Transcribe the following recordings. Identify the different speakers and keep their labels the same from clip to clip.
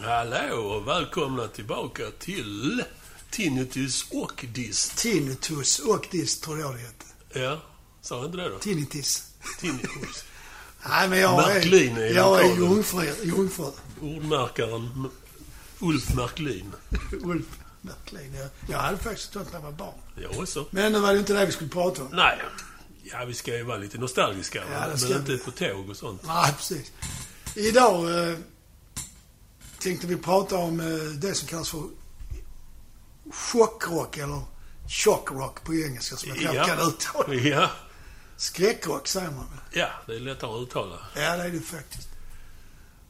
Speaker 1: Hallå och välkomna tillbaka till Tinnitus och Dist.
Speaker 2: Tinnitus och dist tror jag det hette.
Speaker 1: Ja, sa jag inte det då?
Speaker 2: Tinnitus.
Speaker 1: Tinnitus.
Speaker 2: Nej men jag
Speaker 1: Märklin är
Speaker 2: är, jag är
Speaker 1: lokalen.
Speaker 2: jungfru. jungfru.
Speaker 1: Ordmärkaren M- Ulf Märklin.
Speaker 2: Ulf Märklin. Jag, jag hade faktiskt sånt när jag var barn.
Speaker 1: Jag också.
Speaker 2: Men nu var det inte det vi skulle prata om.
Speaker 1: Nej, ja vi ska ju vara lite nostalgiska va?
Speaker 2: Ja, det ska
Speaker 1: men inte
Speaker 2: vi.
Speaker 1: på tåg och sånt.
Speaker 2: Nej precis. Idag eh, tänkte vi prata om eh, det som kallas för chockrock eller chockrock på engelska som jag knappt kan uttala.
Speaker 1: ja,
Speaker 2: Skräckrock säger man väl?
Speaker 1: ja, det är lättare att uttala.
Speaker 2: Ja, det är det faktiskt.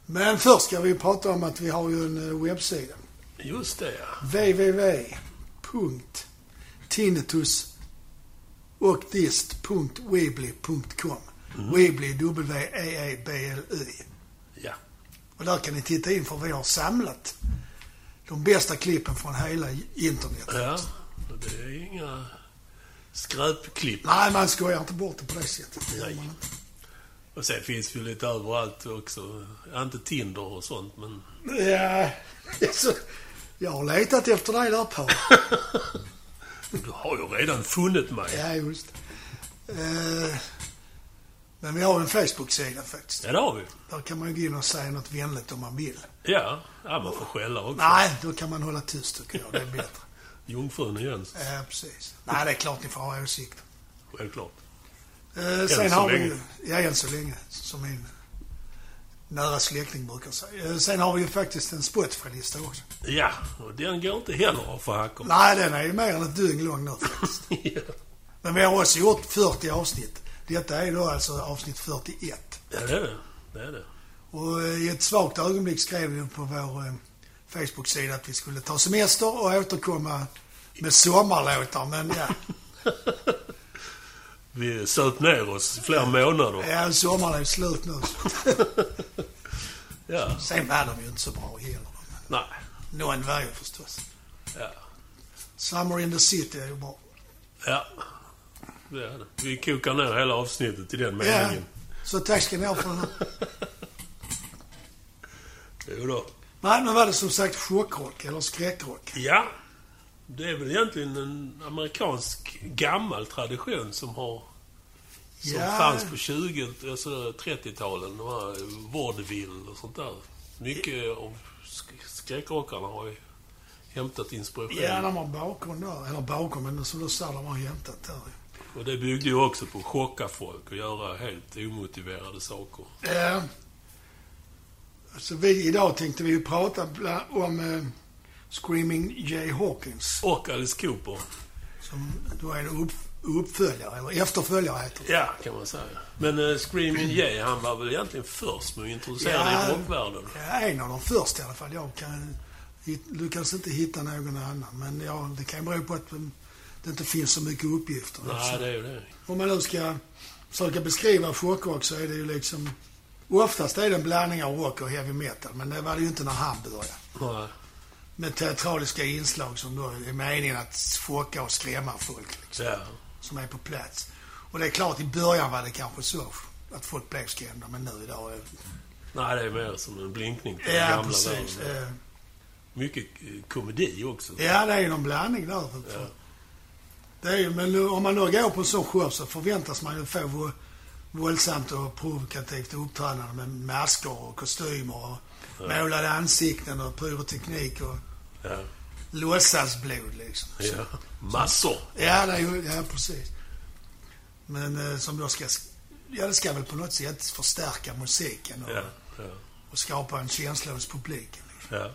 Speaker 2: Men först ska vi prata om att vi har ju en eh, webbsida.
Speaker 1: Just det ja.
Speaker 2: www.tinnitusochdist.weebly.com Weebly, E W-E-E-B-L-Y.
Speaker 1: ja.
Speaker 2: Och där kan ni titta in för vi har samlat de bästa klippen från hela internet.
Speaker 1: Ja, det är inga skräpklipp.
Speaker 2: Nej, man skojar inte bort det på det sättet. Det gör man inte.
Speaker 1: Och sen finns vi lite överallt också. Ja, Inte Tinder och sånt, men...
Speaker 2: Ja, alltså, jag har letat efter dig där på.
Speaker 1: Du har ju redan funnit mig.
Speaker 2: Ja, just eh, Men vi har en Facebook-sida faktiskt.
Speaker 1: Ja, det har vi.
Speaker 2: Där kan man ju gå in och säga något vänligt om man vill.
Speaker 1: Ja, ja man får skälla också.
Speaker 2: Nej, då kan man hålla tyst tycker jag. Det är bättre.
Speaker 1: Jungfrun och Jöns,
Speaker 2: Ja, precis. Nej, det är klart ni får ha åsikter.
Speaker 1: självklart.
Speaker 2: Eh, sen
Speaker 1: så
Speaker 2: har vi
Speaker 1: länge.
Speaker 2: ju... Ja, än så länge. Som min nära släkting brukar säga. Eh, sen har vi ju faktiskt en Spotify-lista också.
Speaker 1: Ja, och den går inte heller av för hackor.
Speaker 2: Nej, den är ju mer än ett dygn lång nu faktiskt.
Speaker 1: ja,
Speaker 2: Men vi har också gjort 40 avsnitt. Detta är då alltså avsnitt 41.
Speaker 1: det är det. Det är det.
Speaker 2: Och eh, i ett svagt ögonblick skrev vi på vår eh, Facebook-sida att vi skulle ta semester och återkomma med sommarlåtar. Men ja,
Speaker 1: Vi söp ner oss i flera månader.
Speaker 2: ja sommaren är slut nu. så-
Speaker 1: Ja,
Speaker 2: Sen var de ju inte så bra heller. men
Speaker 1: nej.
Speaker 2: Någon var ju förstås.
Speaker 1: Ja,
Speaker 2: Summer in the city är ju bra.
Speaker 1: ja. Det är det. Vi kokar ner hela avsnittet i den
Speaker 2: Ja,
Speaker 1: meningen.
Speaker 2: så tack ska ni ha för den här.
Speaker 1: Jo då.
Speaker 2: Nej, nu var det som sagt chockrock eller skräckrock.
Speaker 1: Ja. Det är väl egentligen en amerikansk gammal tradition som har Som fanns på 20, alltså 30-talen. De här vaudeville och sånt där. Mycket av sk- skräckrockarna har ju hämtat inspiration.
Speaker 2: Ja, de har bakom där. Eller bakom, men som du sa, de har hämtat där.
Speaker 1: Och det byggde ju också på att chocka folk och göra helt omotiverade saker.
Speaker 2: Ja. Så vi, idag tänkte vi ju prata bla, om eh, Screaming Jay Hawkins.
Speaker 1: Och Alice Cooper.
Speaker 2: Som då är en upp, uppföljare, eller efterföljare heter det.
Speaker 1: Ja, kan man säga. Men eh, Screaming Jay, han var väl egentligen först med att introducera det i
Speaker 2: Ja.
Speaker 1: rockvärlden.
Speaker 2: Ja, en av de första i alla fall. Jag kan, hit, lyckades inte hitta någon annan. Men ja, det kan ju bero på att mm, det inte finns så mycket uppgifter.
Speaker 1: Nej,
Speaker 2: Så
Speaker 1: det är ju det.
Speaker 2: Om man nu ska försöka beskriva chockrock så är det ju liksom... Oftast är det en blandning av rock och heavy metal. Men det var det ju inte när han började.
Speaker 1: Nej.
Speaker 2: med teatraliska inslag som då är meningen att chocka och skrämma folk liksom,
Speaker 1: Ja.
Speaker 2: som är på plats. Och det är klart, i början var det kanske så att folk blev skrämda, men nu idag... Är...
Speaker 1: Nej, det är mer som en blinkning till den
Speaker 2: Ja,
Speaker 1: gamla
Speaker 2: precis.
Speaker 1: världen.
Speaker 2: Eh,
Speaker 1: Mycket eh, komedi också.
Speaker 2: Ja, det är någon blandning där.
Speaker 1: Ja.
Speaker 2: Det är, ju- men nu, om man då går på en sån show så förväntas man ju få vå- våldsamt och provokativt uppträdande med masker och kostymer och målade ansikten och pyroteknik och
Speaker 1: Ja.
Speaker 2: låtsasblod liksom.
Speaker 1: ja. Massor.
Speaker 2: Ja, det är ju, ja precis. Men eh, som då ska, ja det ska väl på något sätt förstärka musiken och,
Speaker 1: Ja, ja,
Speaker 2: och skapa en känsla hos publiken. liksom.
Speaker 1: ja.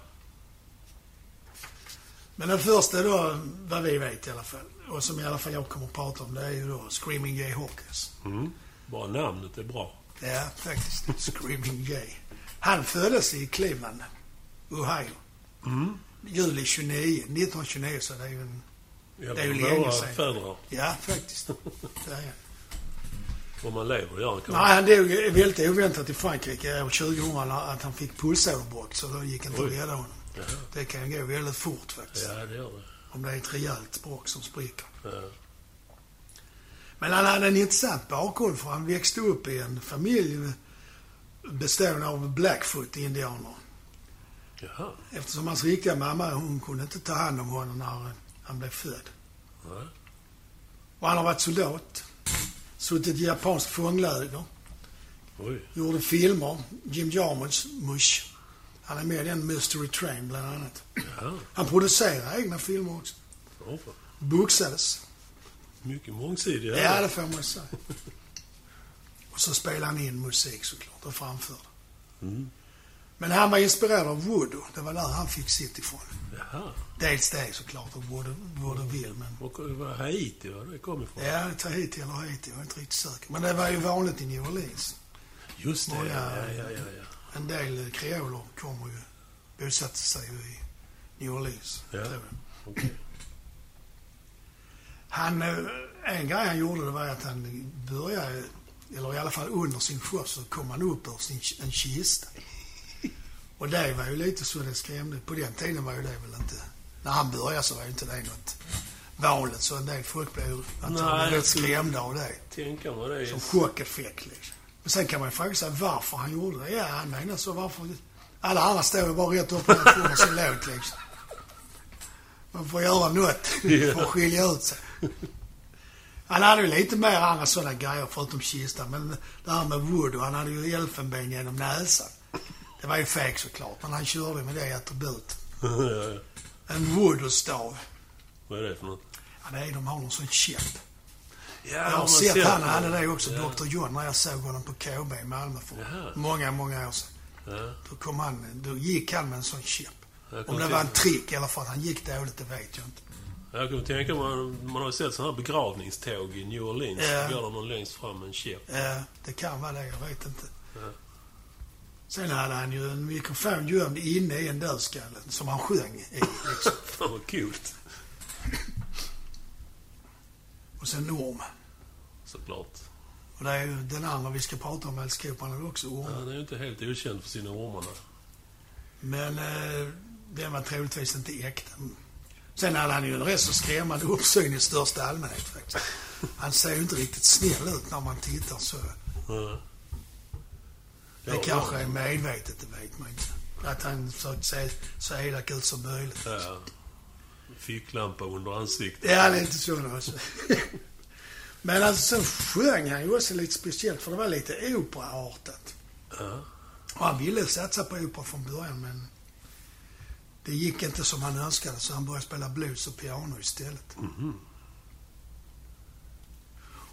Speaker 2: Men den första då, vad vi vet i alla fall, och som i alla fall jag kommer att prata om, det är ju då Screaming Jay Hawkins.
Speaker 1: Mm. Bara namnet är bra.
Speaker 2: Ja, faktiskt. Screaming Jay. Han föddes i Cleveland, Ohio.
Speaker 1: Mm.
Speaker 2: Juli 29, 1929, så det är ju en...
Speaker 1: Ja,
Speaker 2: Det är ju
Speaker 1: våra
Speaker 2: länge sedan.
Speaker 1: fäder,
Speaker 2: Ja, faktiskt. Det är han.
Speaker 1: om man lever och gör kan
Speaker 2: Nej, han dog väldigt oväntat i Frankrike år 2000 när- att han fick pulsåderbråck så då gick inte att
Speaker 1: Oj.
Speaker 2: rädda honom. Det kan ju gå väldigt fort faktiskt.
Speaker 1: Ja, det gör det.
Speaker 2: Om det är ett rejält bråck som spricker.
Speaker 1: Ja.
Speaker 2: Men han hade en intressant bakgrund för han växte upp i en familj bestående av Blackfoot-indianer.
Speaker 1: Jaha.
Speaker 2: Eftersom hans riktiga mamma, hon kunde inte ta hand om honom när han blev född.
Speaker 1: Nej.
Speaker 2: Och han har varit soldat. Suttit i japanskt fångläger.
Speaker 1: Oj.
Speaker 2: Gjorde filmer. Jim Jarmusch. Han är med i den Mystery Train bland annat.
Speaker 1: Jaha.
Speaker 2: Han producerar egna filmer också.
Speaker 1: Ja, fan.
Speaker 2: Boxades.
Speaker 1: Mycket mångsidig.
Speaker 2: Ja,
Speaker 1: här.
Speaker 2: det får man säga. Och så spelade han in musik såklart och framförde. Men han var inspirerad av Woody. Det var där han fick sitt ifrån.
Speaker 1: Jaha.
Speaker 2: Dels det såklart och Woody, Woody vill, men...
Speaker 1: Och det var Haiti, var det kom ifrån?
Speaker 2: Ja, Tahiti eller Haiti, jag är inte riktigt säker. Men det var ju vanligt i New Orleans.
Speaker 1: Just det,
Speaker 2: Många-
Speaker 1: ja, ja, ja, ja.
Speaker 2: En del eh, kreoler kommer ju, bosatte sig ju i New Orleans.
Speaker 1: Ja.
Speaker 2: tror jag.
Speaker 1: Okej.
Speaker 2: Han, eh, en grej han gjorde det var att han började, eller i alla fall under sin show så kom han upp ur sin, en kista. Och det var ju lite så det skrämde. På den tiden var ju det väl inte, när han började så var ju inte det något vanligt. Så en del folk blev ju
Speaker 1: Nej,
Speaker 2: antagligen
Speaker 1: jag
Speaker 2: rätt
Speaker 1: skulle-
Speaker 2: skrämda av det.
Speaker 1: Tänka mig det.
Speaker 2: Som chockeffekt liksom. Men sen kan man ju fråga sig varför han gjorde det. Ja, han menar så. Varför... Alla andra står ju bara rätt upp och ner och sjunger sin låt liksom. Man får göra något för att skilja ut sig. Han hade ju lite mer andra sådana grejer förutom kistan. Men det här med Wood och han hade ju elfenben genom näsan. Det var ju fake såklart, men han körde med det attributet.
Speaker 1: Ja, ja.
Speaker 2: En Wood-stav.
Speaker 1: Vad är det för något?
Speaker 2: Ja, det är de har någon sån käpp.
Speaker 1: Ja,
Speaker 2: Jag har
Speaker 1: man
Speaker 2: sett
Speaker 1: ser
Speaker 2: han
Speaker 1: det.
Speaker 2: hade det också,
Speaker 1: Ja.
Speaker 2: Dr John, när jag såg honom på KB i Malmö för
Speaker 1: Jaha.
Speaker 2: många, många år sedan.
Speaker 1: Ja.
Speaker 2: Då, kom han, då gick han med en sån chip.
Speaker 1: Jag
Speaker 2: Om
Speaker 1: kommer
Speaker 2: det var en
Speaker 1: tänka-
Speaker 2: trick eller för att han gick dåligt, det vet jag inte.
Speaker 1: Jag kommer tänka mig, man har ju sett sådana här begravningståg i New Orleans.
Speaker 2: Ja.
Speaker 1: Då går det någon längst fram med en käpp.
Speaker 2: Eh, det kan vara det, jag vet inte.
Speaker 1: Ja.
Speaker 2: Sen hade han ju en mikrofon gömd inne i en dödskalle som han sjöng i. Liksom.
Speaker 1: Fan vad coolt.
Speaker 2: Och sen orm.
Speaker 1: Såklart.
Speaker 2: Och det är ju den andra vi ska prata om, Alice Cooper, han hade också orm.
Speaker 1: Han är ju inte helt okänd för sina ormar. nej.
Speaker 2: Men eh, den var troligtvis inte äkta. Sen hade han ju en rätt så skrämmande uppsyn i största allmänhet faktiskt. Han ser ju inte riktigt snäll ut när man tittar så.
Speaker 1: Ja.
Speaker 2: Det kanske är medvetet, det vet man inte. Att han försökt se så elak ut som möjligt.
Speaker 1: Ja. Ficklampa under ansiktet.
Speaker 2: Ja, lite sådana också. alltså. Men alltså sen sjöng han ju också lite speciellt för det var lite operaartat.
Speaker 1: Ja.
Speaker 2: Och han ville satsa på opera från början men det gick inte som han önskade så han började spela blues och piano istället.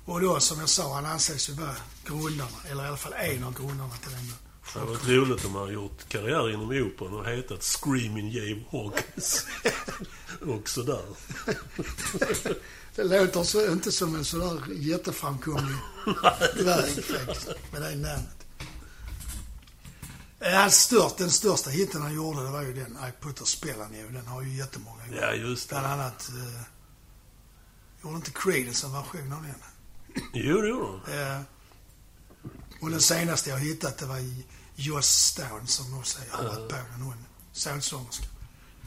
Speaker 2: Och då som jag sa, han anses ju vara grundarna, eller i alla fall en av grundarna till den.
Speaker 1: Det hade varit roligt om han hade gjort karriär inom operan och hetat Screaming Jave Hawkins. och sådär.
Speaker 2: Det låter så, inte som en sådär jätteframkomlig väg faktiskt, med det namnet. Eh, Hans stört, den största hitten han gjorde, det var ju den I put a spell on you. Den har ju jättemånga gjort.
Speaker 1: Ja, just
Speaker 2: Bland
Speaker 1: det.
Speaker 2: annat... Eh, gjorde inte Creedence en version av den?
Speaker 1: Jo, det gjorde han.
Speaker 2: Eh, och den senaste jag hittat, det var i Joss Stone som också har varit på den. Hon sångsångerska.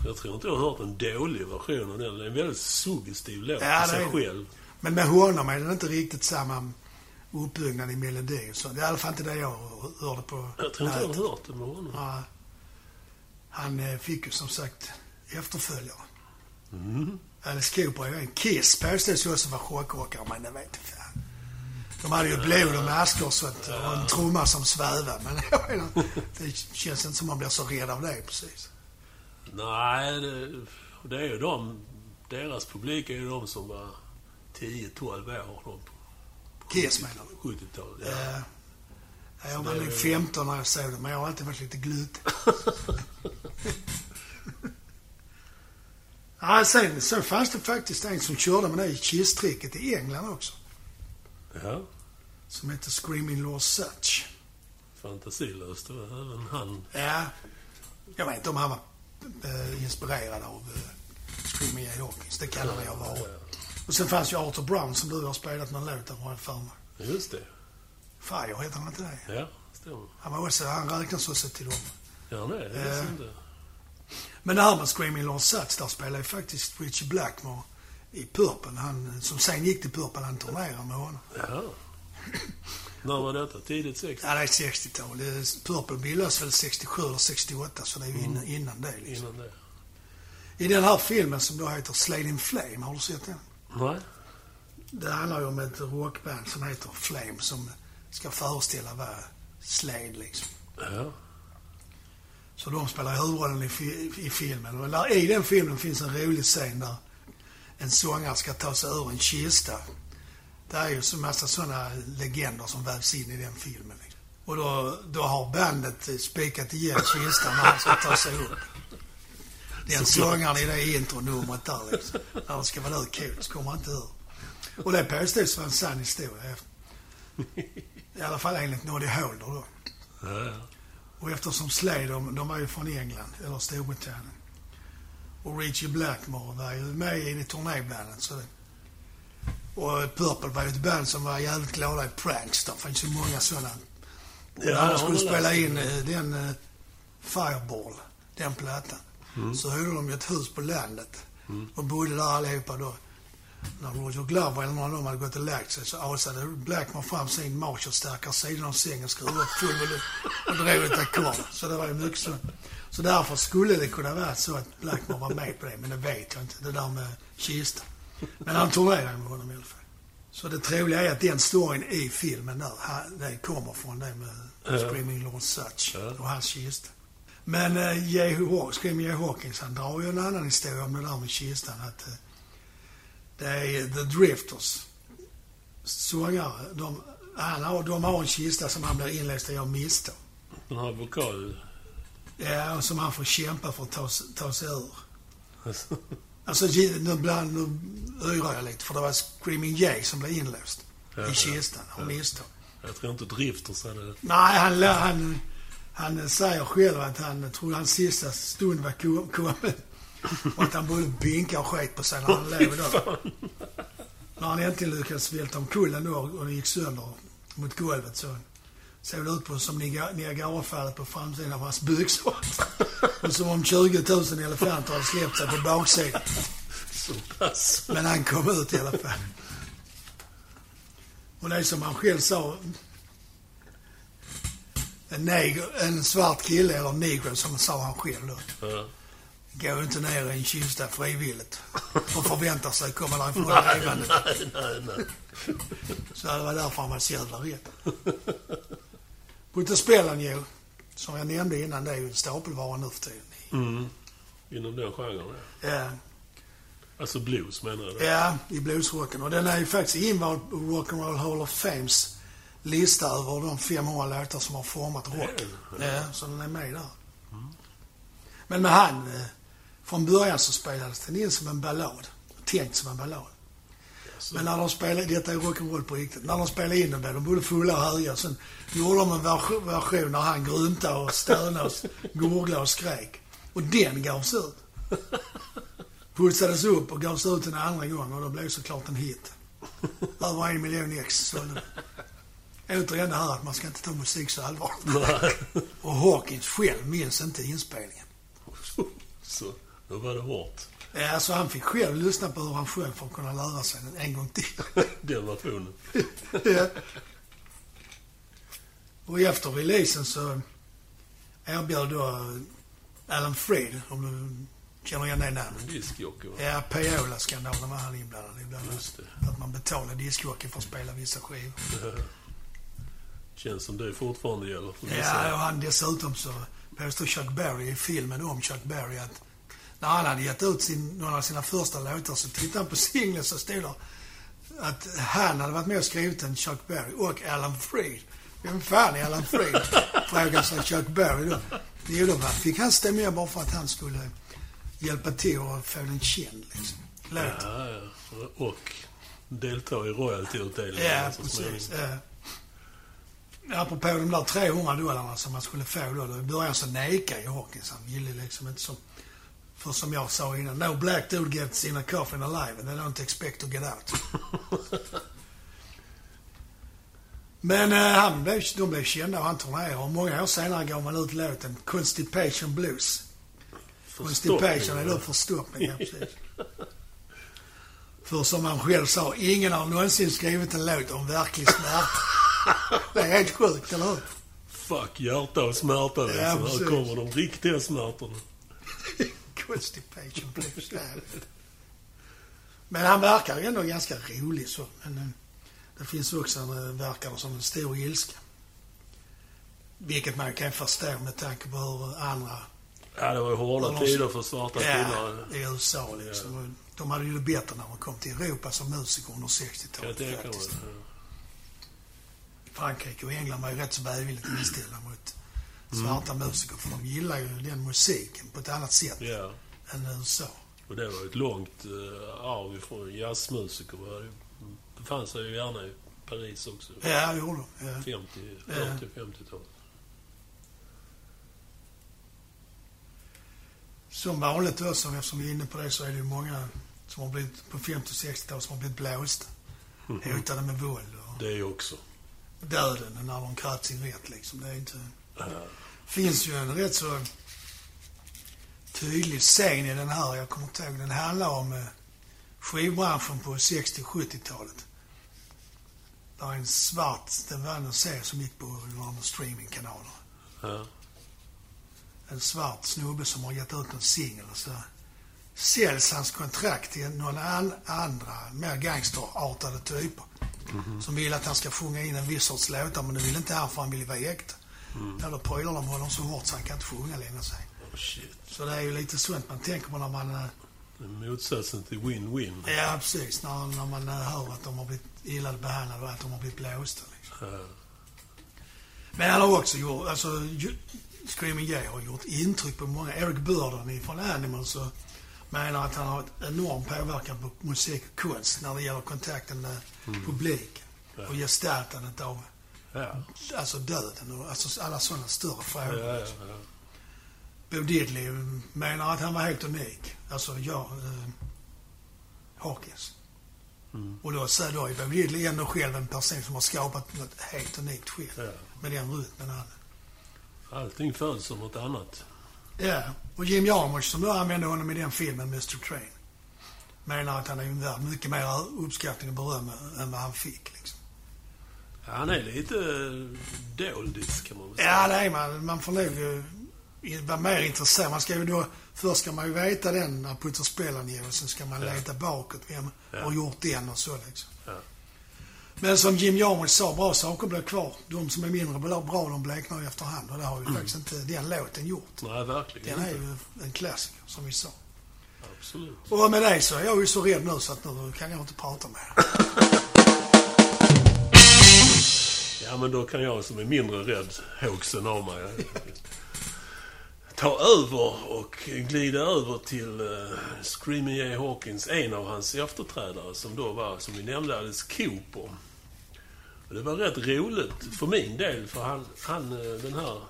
Speaker 1: Jag tror inte jag har hört en dålig version av den. Det är en väldigt suggestiv låt
Speaker 2: Ja,
Speaker 1: i
Speaker 2: det
Speaker 1: sig
Speaker 2: är det.
Speaker 1: själv.
Speaker 2: Men med honom är det inte riktigt samma uppbyggnad i melodi och så. Det är i alla fall inte det jag hörde på
Speaker 1: Jag tror inte jag
Speaker 2: nätet.
Speaker 1: har hört det med honom.
Speaker 2: Ja. Han eh, fick ju som sagt efterföljare.
Speaker 1: Mm.
Speaker 2: Alice Cooper är ju en Kiss påstås ju också vara chockrockare, men det vet fan. De hade ju blod och masker och sånt och en trumma som svävade. Men jag menar, det känns inte som man blir så rädd av det precis.
Speaker 1: Nej, det, det är ju de... Deras publik är ju de som var 10-12 år. De
Speaker 2: Kiss menar du?
Speaker 1: 70-talet. Ja.
Speaker 2: Eh, Jag var
Speaker 1: det är
Speaker 2: nog
Speaker 1: ju-
Speaker 2: 15 när jag såg det, men jag har alltid varit lite glutig. ja, sen så fanns det faktiskt en som körde med det i kisstricket i England också.
Speaker 1: ja.
Speaker 2: Som heter Screaming Lord Such.
Speaker 1: Fantasilöst. Det var även han.
Speaker 2: Ja, jag vet inte om han var eh, inspirerad av eh, Screaming Jay Hawkins. Det kan han ju ha varit. Och sen fanns ju Arthur Brown som du har spelat någon låt av, har jag för mig.
Speaker 1: Just det.
Speaker 2: Fire heter han inte det?
Speaker 1: Ja, stämmer.
Speaker 2: Han, var också, han räknas också till dem.
Speaker 1: Ja, han är det.
Speaker 2: Ja.
Speaker 1: Äh. Inte.
Speaker 2: Men det här med Screaming Lord Sutch, där spelade ju faktiskt Richie Blackmore i Purple. Han, som sen gick till Purple, han turnerade med honom.
Speaker 1: Ja. När var detta? Tidigt 60?
Speaker 2: Ja, det är 60-tal. Det är- Purple bildades väl 67 eller 68, så det är ju innan, innan det. Liksom.
Speaker 1: Innan det?
Speaker 2: I den här filmen som då heter Slade in Flame, har du sett den?
Speaker 1: Nej.
Speaker 2: Det handlar ju om ett rockband som heter Flame som ska föreställa vad Slade liksom.
Speaker 1: Ja.
Speaker 2: Så de spelar huvudrollen i, fi- i filmen. Och där, I den filmen finns en rolig scen där en sångare ska ta sig ur en kista. Det är ju så massa sådana legender som vävs in i den filmen. Liksom. Och då, då har bandet eh, spikat igen kistan när han ska ta sig upp. Den sångaren i det intronumret där liksom. När det ska vara lite kul så kommer han inte ur. Och det påstås vara en sann historia. efter. I alla fall enligt Noddy Holder då.
Speaker 1: Ja, ja.
Speaker 2: Och eftersom Slade, de, de var ju från England, eller Storbritannien. Och Richie Blackmore var ju med i det turnébandet. Så det, och Purple var ju ett band som var jävligt glada i pranks. Det fanns ju många sådana.
Speaker 1: Ja, alltså-
Speaker 2: När de
Speaker 1: jag
Speaker 2: skulle
Speaker 1: har
Speaker 2: spela
Speaker 1: läst
Speaker 2: in eh, den eh, Fireball, den plattan,
Speaker 1: Mm.
Speaker 2: så hyrde de ju ett hus på landet. Och bodde där allihopa då. När Roger Glover eller någon av dem hade gått och lagt sig så asade Blackmore fram sin Marshall-stärkare sidan av sängen, skruvade upp full volym och drog ett ackord. Så det var ju mycket sånt. Så därför skulle det kunna vara så att Blackmore var med på det, men det vet jag inte. Det där med kistan. Men han turnerade med honom i alla fall. Så det troliga är att den storyn i filmen där, han- det kommer från det med Screaming Lord Such och hans kista. Men eh, Jay Haw- Screaming Jay Hawkins, han drar ju en annan historia om det där med kistan. Att, eh, det är The Drifters sångare. De, han har, de har en kista som han blir inlåst i av misstag.
Speaker 1: Den här vokal...
Speaker 2: Ja, och som han får kämpa för att ta, s- ta sig ur. Alltså, ge- nu, bland, nu yrar jag lite, för det var Screaming Jay som blev inlåst
Speaker 1: Ja,
Speaker 2: i
Speaker 1: ja,
Speaker 2: kistan av misstag.
Speaker 1: Jag tror inte Drifters hade det.
Speaker 2: Nej, han, lär- han, han säger själv att han trodde hans sista stund var ko- kommen. Och att han både binkade och sket på sig när han låg där. När han äntligen lyckades välta omkull en dag och det gick sönder mot golvet så såg det ut på som Niag- Niagarafallet på framsidan av hans byxor. Och som om 20 000 elefanter hade släppt sig på baksidan.
Speaker 1: Så pass.
Speaker 2: Men han kom ut i alla fall. Och det är som han själv sa. En, neger, en svart kille, eller negro som sa han själv då,
Speaker 1: Ja.
Speaker 2: går inte ner i en kista frivilligt och förväntar sig att komma därifrån levande.
Speaker 1: Nej, nej, nej.
Speaker 2: Så det var därför han var så jävla rädd. Puttespelen ju, som jag nämnde innan, det är ju en stapelvara nu för tiden.
Speaker 1: Mm. Inom den genren, ja.
Speaker 2: Ja,
Speaker 1: Alltså blues menar jag. då.
Speaker 2: Ja, i bluesrocken. Och den är ju faktiskt invald på Rock'n'Roll Hall of Fames lista över de 500 låtar som har format rocken. Ja, så den är med där. Men med han, eh, från början så spelades den in som en ballad. Tänkt som en ballad.
Speaker 1: Alltså,
Speaker 2: Men när de spelade, detta är rock'n'roll på riktigt, när de spelade in den blev de både fulla och höga. Sen gjorde de en version, version när han grymtade och stönade och gurglade och skrek. Och den gavs ut. Putsades upp och gavs ut en andra gång och då blev det såklart en hit. Över en miljon ex sålde den. Återigen det här att man ska inte ta musik så allvarligt.
Speaker 1: nej.
Speaker 2: Och Hawkins själv minns inte inspelningen.
Speaker 1: Så, då var det hårt.
Speaker 2: Eh, Alltså han fick själv lyssna på hur han sjöng för att kunna lära sig den en gång till.
Speaker 1: Den versionen.
Speaker 2: Ja. Och efter releasen så erbjöd då eh, Alan Freed, om du känner igen det namnet.
Speaker 1: Diskjockey, va?
Speaker 2: Ja, Piola-skandalen var han inblandad i bland annat.
Speaker 1: Just det.
Speaker 2: Att man betalade diskjockey för att spela vissa skivor.
Speaker 1: Känns som det fortfarande gäller. För
Speaker 2: Ja, och han dessutom så påstod Chuck Berry i filmen om Chuck Berry att när han hade gett ut sin, några av sina första låtar så tittade han på singeln så stod det att han hade varit med och skrivit en Chuck Berry och Alan Freed. Vem fan är Alan Freed? Frågade sig Chuck Berry då. Jo, då var- fick han stämma bara för att han skulle hjälpa till och få den känd liksom. Låten.
Speaker 1: ja, ja. Och delta i royaltyutdelningen.
Speaker 2: Ja,
Speaker 1: alltså, som
Speaker 2: precis.
Speaker 1: jag-
Speaker 2: Ja. Apropå de där 300 dollarna som man skulle få då. då I början så nekade ju Hawkins. Han ville liksom inte som... För som jag sa innan, no black dude gets in a coffin alive and they don't expect to get out. Men eh, han blev, de blev kända och han turnerade och många år senare gav man ut låten Constipation Blues. Constipation är då förstoppning, ja precis. För som han själv sa, ingen har någonsin skrivit en låt om verklig smärta. Det är helt sjukt, eller hur?
Speaker 1: Fuck hjärta och smärta.
Speaker 2: Ja,
Speaker 1: Ja, här
Speaker 2: precis.
Speaker 1: kommer de riktiga smärtorna.
Speaker 2: Constipation blues, det är det. Men han verkar ju ändå ganska rolig så. Men eh, det finns också, en, eh, verkar det som, en stor ilska. Vilket man kan förstå med tanke på hur andra
Speaker 1: Ja, det var ju hårda
Speaker 2: Ja,
Speaker 1: tider för svarta
Speaker 2: ja,
Speaker 1: killar.
Speaker 2: i USA liksom. Och De hade ju det bättre när de kom till Europa som musiker under
Speaker 1: Kan jag
Speaker 2: 60-talet
Speaker 1: tänka mig.
Speaker 2: faktiskt. Frankrike och England var ju rätt så välvilligt inställda mot svarta musiker. För de gillar ju den musiken på ett annat sätt
Speaker 1: Ja. Ja.
Speaker 2: än USA.
Speaker 1: Och det var ett långt eh, arv från jazzmusiker. Det var ju- befann sig ju gärna i Paris också.
Speaker 2: Ja, det gjorde de. Ja.
Speaker 1: 50,
Speaker 2: Ja.
Speaker 1: 40, 50-talet.
Speaker 2: Som vanligt då, som eftersom vi är inne på det, så är det ju många som har blivit, på 50 och 60-talet, som har blivit blåsta. Hotade med våld och
Speaker 1: Det är ju också.
Speaker 2: döden när de kröt sin rätt liksom. Det är inte...
Speaker 1: Ja.
Speaker 2: finns ju en rätt så tydlig scen i den här, jag kommer inte ihåg, den handlar om eh, skivbranschen på 60 och 70-talet. Där en svart, det var en serie som gick på några streamingkanaler.
Speaker 1: Ja.
Speaker 2: en svart snubbe som har gett ut en singel och så säljs hans kontrakt till någon an, andra mer gangsterartade typer. Som vill att han ska sjunga in en viss sorts låtar men det vill inte han för han vill vara äkta. Ja, då prylar de honom så hårt så han kan inte sjunga längre. Så.
Speaker 1: Oh, shit.
Speaker 2: så det är ju lite sånt man tänker på när man... eh,
Speaker 1: Det är motsatsen till win-win.
Speaker 2: Ja, precis. När, när man eh, hör att de har blivit illa behandlade och att de har blivit blåsta. Liksom.
Speaker 1: Ja.
Speaker 2: Men han har också gjort... Alltså, ju, Screaming Jay har gjort intryck på många. Eric Burden från Animals och menar att han har ett enorm påverkan på musik och konst när det gäller kontakten med publiken. Och gestaltandet av
Speaker 1: Ja.
Speaker 2: alltså döden och alltså alla sådana större
Speaker 1: Ja,
Speaker 2: frågor.
Speaker 1: ja, ja.
Speaker 2: Bo Diddley menar att han var helt unik. Alltså jag... Eh, Hawkins. Och då säger då är Bo Diddley ändå själv en person som har skapat något helt unikt själv.
Speaker 1: Ja.
Speaker 2: Med den rytmen han...
Speaker 1: Allting föds som något annat.
Speaker 2: Ja, och Jim Jarmusch som då använde honom i den filmen, Mr Train. Menar att han är ju värd mycket mer uppskattning och beröm än vad han fick. Liksom.
Speaker 1: Han är lite doldis kan man väl säga.
Speaker 2: Ja, det är man. Man får nog eh, vara mer intresserad. Man ska ju då... Först ska man ju veta den när Putter spelaren ger och sen ska man leta bakåt. Vem har gjort den och så liksom.
Speaker 1: Ja.
Speaker 2: Men som Jim Jarmusch sa, bra saker blir kvar. De som är mindre bra, bra de bleknar ju efterhand. Och det har ju faktiskt inte den låten gjort.
Speaker 1: Mm. Nej, verkligen
Speaker 2: Den är
Speaker 1: inte.
Speaker 2: ju en klassiker, som vi sa.
Speaker 1: Absolut.
Speaker 2: Och med det så är jag ju så rädd nu så att nu kan jag inte prata mer.
Speaker 1: Ja, men då kan jag som är mindre rädd hoaxen av mig ta över och glida över till eh, Screaming Jay Hawkins, en av hans efterträdare som då var, som vi nämnde, Alice Cooper. Och det var rätt roligt för min del, för han, han eh, den här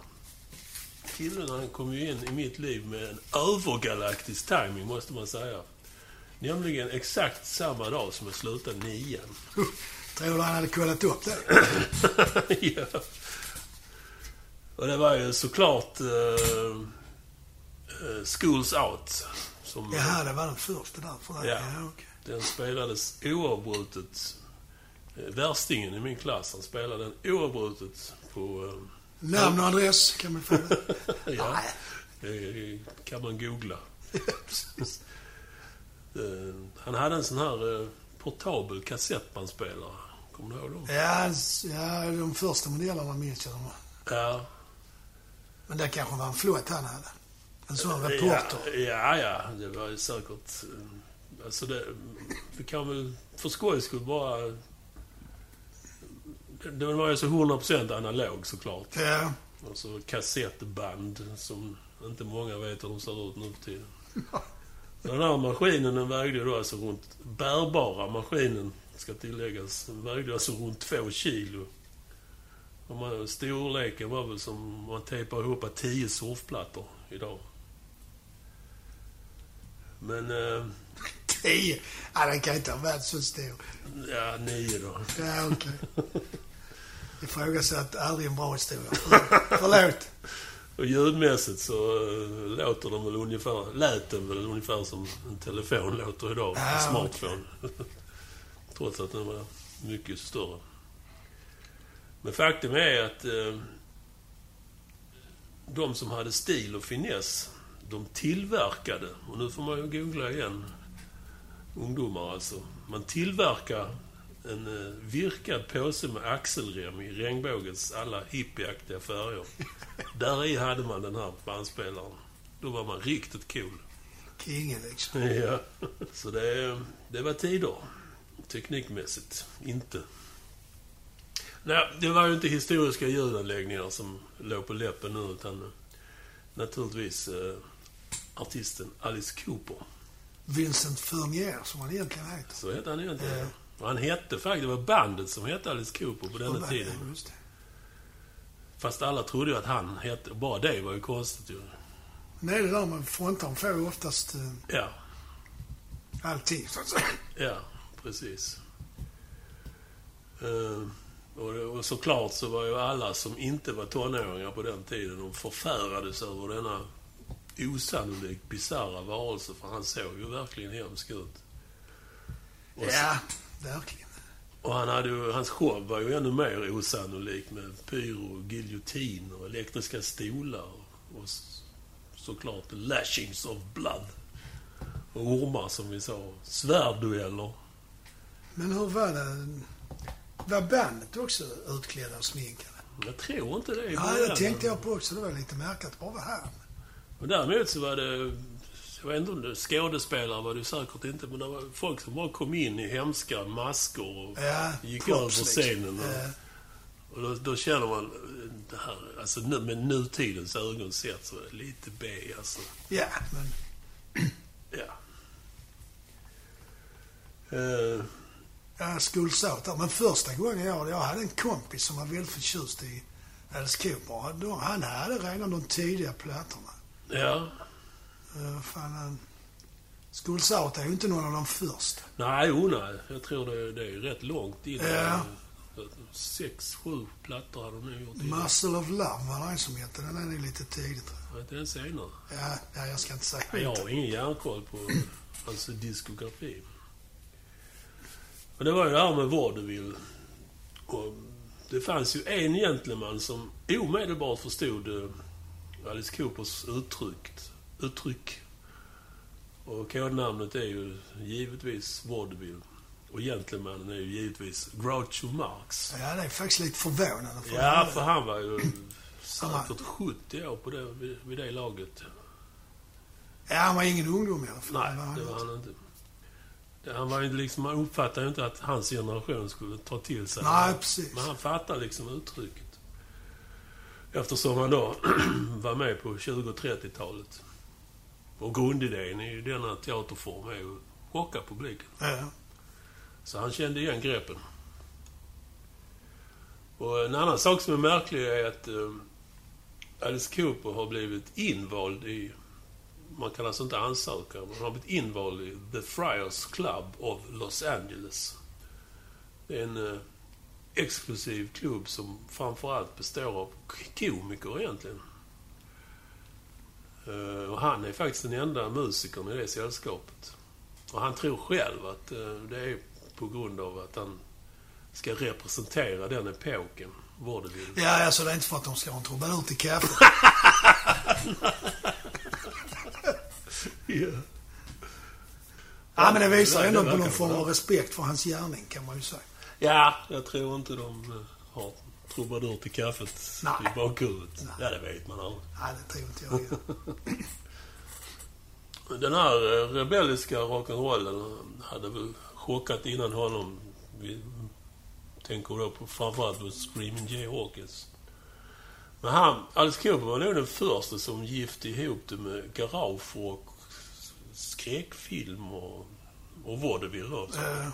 Speaker 1: killen, han kom ju in i mitt liv med en övergalaktisk timing måste man säga. Nämligen exakt samma dag som jag slutade nian.
Speaker 2: Tror du han hade kollat upp det?
Speaker 1: ja. Och det var ju såklart eh, eh, Schools Out. Som,
Speaker 2: Jaha, det var den första där. För det.
Speaker 1: Ja.
Speaker 2: Ja, okej.
Speaker 1: Den spelades oavbrutet. Eh, Värstingen i min klass, han spelade den oavbrutet på...
Speaker 2: Namn och adress kan man få det.
Speaker 1: Eh, ja,
Speaker 2: Nej.
Speaker 1: det kan man googla. Eh, han hade en sån här eh, portabel kassettbandspelare. Kommer du ihåg dem?
Speaker 2: Ja, s- ja, de första modellerna minns jag. de var.
Speaker 1: Ja.
Speaker 2: Men det kanske var en flåt han hade. En sån reporter.
Speaker 1: Ja, ja, ja, det var ju säkert... eh, Alltså det, vi kan väl för skojs skull bara... det- Det var ju så 100% analog såklart.
Speaker 2: Ja.
Speaker 1: Alltså kassettband som inte många vet hur de ser ut nu för tiden. Den här maskinen den vägde ju då alltså runt... Bärbara maskinen, ska tilläggas, den vägde alltså runt två kilo. Och man, storleken var väl som om man tejpar ihop tio surfplattor idag. Men, eh,
Speaker 2: Tio. Ja, den kan inte ha varit så stor.
Speaker 1: ja, nio då.
Speaker 2: Ja, okej. Ifrågasatt, aldrig en bra historia. För- Förlåt.
Speaker 1: Och ljudmässigt så eh, låter de väl ungefär, lät den väl ungefär som en telefon låter idag.
Speaker 2: Ah,
Speaker 1: en smartphone. Trots att den var mycket större. Men faktum är att eh, de som hade stil och finess, de tillverkade, och nu får man ju googla igen, ungdomar alltså. Man tillverkar en eh, virkad påse med axelrem i regnbågens alla hippieaktiga färger. Där i hade man den här bandspelaren. Då var man riktigt cool.
Speaker 2: Kingen liksom.
Speaker 1: Ja, så det, det var tider. Teknikmässigt, inte. Nej, det var ju inte historiska ljudanläggningar som låg på läppen nu, utan eh, naturligtvis eh, artisten Alice Cooper.
Speaker 2: Vincent Furnier, som han egentligen heter.
Speaker 1: Så hette han egentligen.
Speaker 2: Ja.
Speaker 1: Och han hette faktiskt, det var bandet som hette Alice Cooper på denna tiden.
Speaker 2: Just det.
Speaker 1: Fast alla trodde ju att han hette, bara det var ju konstigt ju.
Speaker 2: Nej, det där med frontan får ju oftast eh,
Speaker 1: Ja,
Speaker 2: allting, så att säga.
Speaker 1: ja, precis. Eh, och, och såklart så var ju alla som inte var tonåringar på den tiden, de förfärades över denna osannolikt bisarra varelse, för han såg ju verkligen hemsk ut. Och
Speaker 2: Ja, verkligen.
Speaker 1: Och han hade ju, hans show var ju ännu mer osannolik med pyro, giljotin och elektriska stolar och, och s- såklart lashings of blood. Och ormar som vi sa, svärddueller.
Speaker 2: Men hur var det? Var bandet också utklädda och sminkade?
Speaker 1: Jag tror inte det i
Speaker 2: Ja,
Speaker 1: början.
Speaker 2: det tänkte jag på också. Det var lite märkligt att bara vara här.
Speaker 1: Men däremot så var det... Jag vet inte om det, skådespelare var det ju säkert inte, men det var folk som bara kom in i hemska masker och
Speaker 2: Ja,
Speaker 1: gick
Speaker 2: props,
Speaker 1: över scenen. Och,
Speaker 2: Ja,
Speaker 1: Och då, då känner man eh, det här, alltså nu, med nutidens ögon sett så är det lite B alltså.
Speaker 2: ja, men
Speaker 1: Ja. Eh,
Speaker 2: jag skolsåt där. Men första gången jag, jag hade en kompis som var väldigt förtjust i Alice Cooper. Han- då- Han hade redan de tidiga plattorna.
Speaker 1: ja.
Speaker 2: Uh, fan, han... Skolsåt är ju inte någon av de första.
Speaker 1: Nej, jo, nej. Jag tror det, det är rätt långt in.
Speaker 2: Ja.
Speaker 1: Sex, sju plattor hade de nog gjort innan.
Speaker 2: Muscle of Love var det en som hette. Den är ju lite tidigt. tror
Speaker 1: Var inte den senare?
Speaker 2: jag. Ja, ja, jag ska inte säga
Speaker 1: Men Jag
Speaker 2: inte.
Speaker 1: har ingen järnkoll på hans diskografi. Men det var ju det här med vaudeville. Och det fanns ju en gentleman som omedelbart förstod eh, Alice Coopers uttryck. uttryck. Och kodnamnet är ju givetvis vaudeville. Och gentlemannen är ju givetvis Groucho Marx.
Speaker 2: Ja, det är faktiskt lite förvånande. För
Speaker 1: Ja, för han var ju
Speaker 2: Han
Speaker 1: säkert 70 år på det, vid, vid det laget.
Speaker 2: ja, han var ingen ungdom i alla fall.
Speaker 1: Nej,
Speaker 2: Det var han
Speaker 1: det var
Speaker 2: inte.
Speaker 1: han inte. Det- Han var ju inte liksom, man uppfattade ju inte att hans generation skulle ta till sig
Speaker 2: Nej,
Speaker 1: det.
Speaker 2: precis.
Speaker 1: Men han fattade liksom uttrycket. Eftersom han då var med på 20 och 30-talet. Och grundidén i denna teaterform är ju att chocka publiken.
Speaker 2: Ja.
Speaker 1: Så han kände igen greppen. Och en annan sak som är märklig är att eh, Alice Cooper har blivit invald i... Man kan alltså inte ansöka, men han har blivit invald i The Friars Club of Los Angeles. Det är en eh, exklusiv klubb som framförallt består av k- komiker egentligen. Eh, och han är faktiskt den enda musikern i det sällskapet. Och han tror själv att eh, det är på grund av att han ska representera den epoken, vaudeville.
Speaker 2: Ja, alltså det är inte för att de ska ha en trubadur till kaffet.
Speaker 1: Yeah.
Speaker 2: Ja, men det visar
Speaker 1: det-
Speaker 2: ändå
Speaker 1: det
Speaker 2: på
Speaker 1: verkar
Speaker 2: någon form
Speaker 1: bra.
Speaker 2: av respekt för hans gärning kan man ju säga.
Speaker 1: Ja, jag tror inte de eh, har trubadur till kaffet
Speaker 2: Nej.
Speaker 1: i bakhuvudet.
Speaker 2: Nej.
Speaker 1: Ja, det vet man aldrig.
Speaker 2: Nej, det tror inte jag heller.
Speaker 1: Den här eh, rebelliska rock'n'rollen hade väl chockat innan honom. Vi tänker då på framförallt på Screaming Jay Hawkins. Men han, Alice Cooper var nog den första som gifte ihop det med garage och skräckfilm och, och vaudeville då.
Speaker 2: Eh,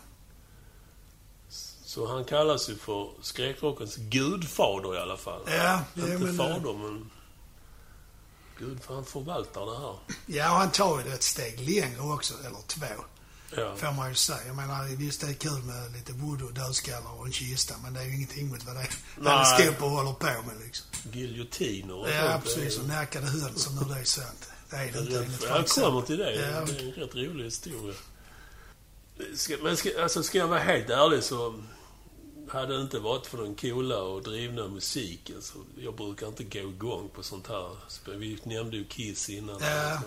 Speaker 1: Så han kallas ju för skräckrockens gudfader i alla fall.
Speaker 2: Ja, ja,
Speaker 1: Inte
Speaker 2: men, eh,
Speaker 1: fader, men... Gud, för han förvaltar det här.
Speaker 2: Ja, och han tar ju det ett steg längre också, eller två,
Speaker 1: Ja.
Speaker 2: får man ju säga. Jag menar, visst det är kul med lite wood och dödskallar och en kista, men det är ju ingenting mot vad det är
Speaker 1: Nej.
Speaker 2: Alice Cooper håller på med liksom.
Speaker 1: Giljotiner och sånt.
Speaker 2: Ja,
Speaker 1: det
Speaker 2: precis.
Speaker 1: är-
Speaker 2: Och nackade höns, om nu det är sant. Det är det inte. enligt
Speaker 1: Jag
Speaker 2: Frank
Speaker 1: kommer
Speaker 2: Zappa.
Speaker 1: till det.
Speaker 2: Ja,
Speaker 1: Det är en rätt rolig historia. Ska, men ska, alltså, ska jag vara helt ärlig så... hade det inte varit för den coola och drivna musiken så jag brukar inte gå igång på sånt här. Vi nämnde ju Kiss innan.
Speaker 2: Ja.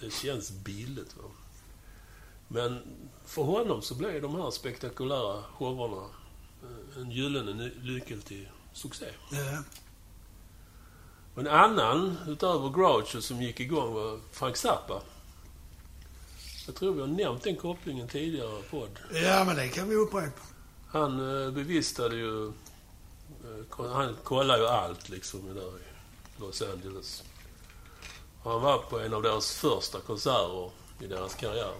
Speaker 1: Det känns billigt. Va? Men för honom så blev de här spektakulära showerna eh, en gyllene ny- nyckel till succé.
Speaker 2: Ja.
Speaker 1: Och en annan, utöver Groucho, som gick igång var Frank Zappa. Jag tror vi har nämnt den kopplingen tidigare på podd.
Speaker 2: ja, men det kan vi upprepa.
Speaker 1: Han eh, bevistade ju... eh, ko- Han kollade ju allt liksom där i Los Angeles. Och han var på en av deras första konserter i deras karriär.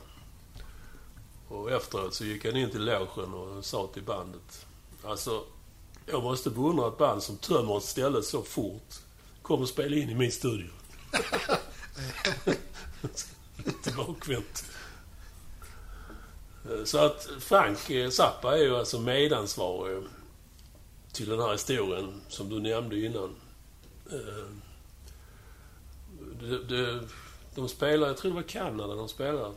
Speaker 1: Och efteråt så gick han in till logen och sa till bandet. Alltså, jag måste beundra ett band som tömmer ett ställe så fort. Kom och spela in i min studio. Lite bakvänt. Eh, Så att Frank eh, Zappa är ju alltså medansvarig till den här historien som du nämnde innan. Eh, De, de, de spelar, jag tror det var Kanada de spelade.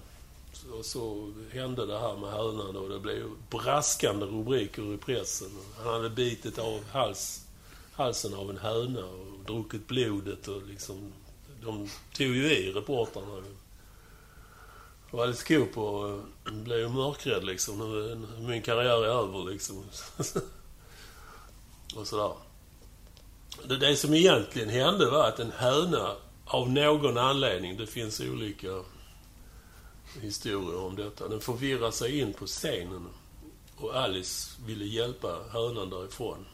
Speaker 1: Och så hände det här med hönan och det blev ju braskande rubriker i pressen. Han hade bitit av hals, halsen av en höna och druckit blodet och liksom... De tog ju i reportrarna. ju. Jag var lite cool på eh, blev ju mörkrädd liksom. Nu- nu- Min karriär är över liksom. och sådär. Det, det som egentligen hände var att en höna av någon anledning, det finns olika historier om detta, den förvirrade sig in på scenen och Alice ville hjälpa hönan därifrån.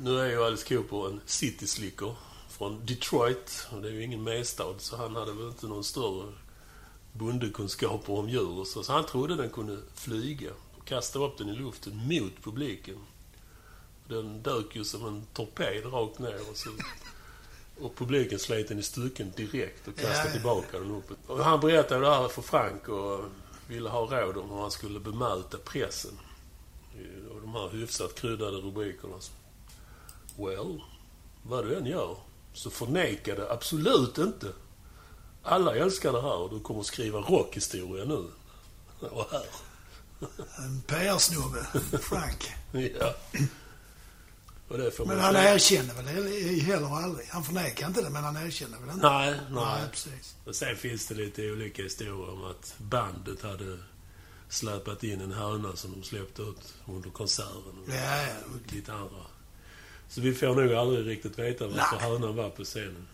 Speaker 1: Nu är ju Alice Cooper en cityslicker från Detroit och det är ju ingen medstad så han hade väl inte någon större bondekunskaper om djur och så. Så han trodde den kunde flyga och kastade upp den i luften mot publiken. Den dök ju som en torped rakt ner och så... Och publiken slet den i stycken direkt och kastade
Speaker 2: Ja, ja.
Speaker 1: tillbaka den uppåt. Och han berättade det här för Frank och ville ha råd om hur han skulle bemöta pressen. Och de här hyfsat kryddade rubrikerna. Well, vad du än gör så förneka det absolut inte alla älskar det här och du kommer skriva rockhistoria nu. Och här.
Speaker 2: En PR-snubbe, Frank.
Speaker 1: Ja. Och det får man
Speaker 2: Men han
Speaker 1: säga.
Speaker 2: erkände väl he- heller aldrig. Han förnekade inte det, men han erkände väl inte.
Speaker 1: Nej, nej.
Speaker 2: precis.
Speaker 1: Och sen finns det lite olika historier om att bandet hade släpat in en höna som de släppte ut under konserten. Och
Speaker 2: Ja, ja.
Speaker 1: lite andra. Så vi får nog aldrig riktigt veta varför
Speaker 2: Nej.
Speaker 1: hönan var på scenen.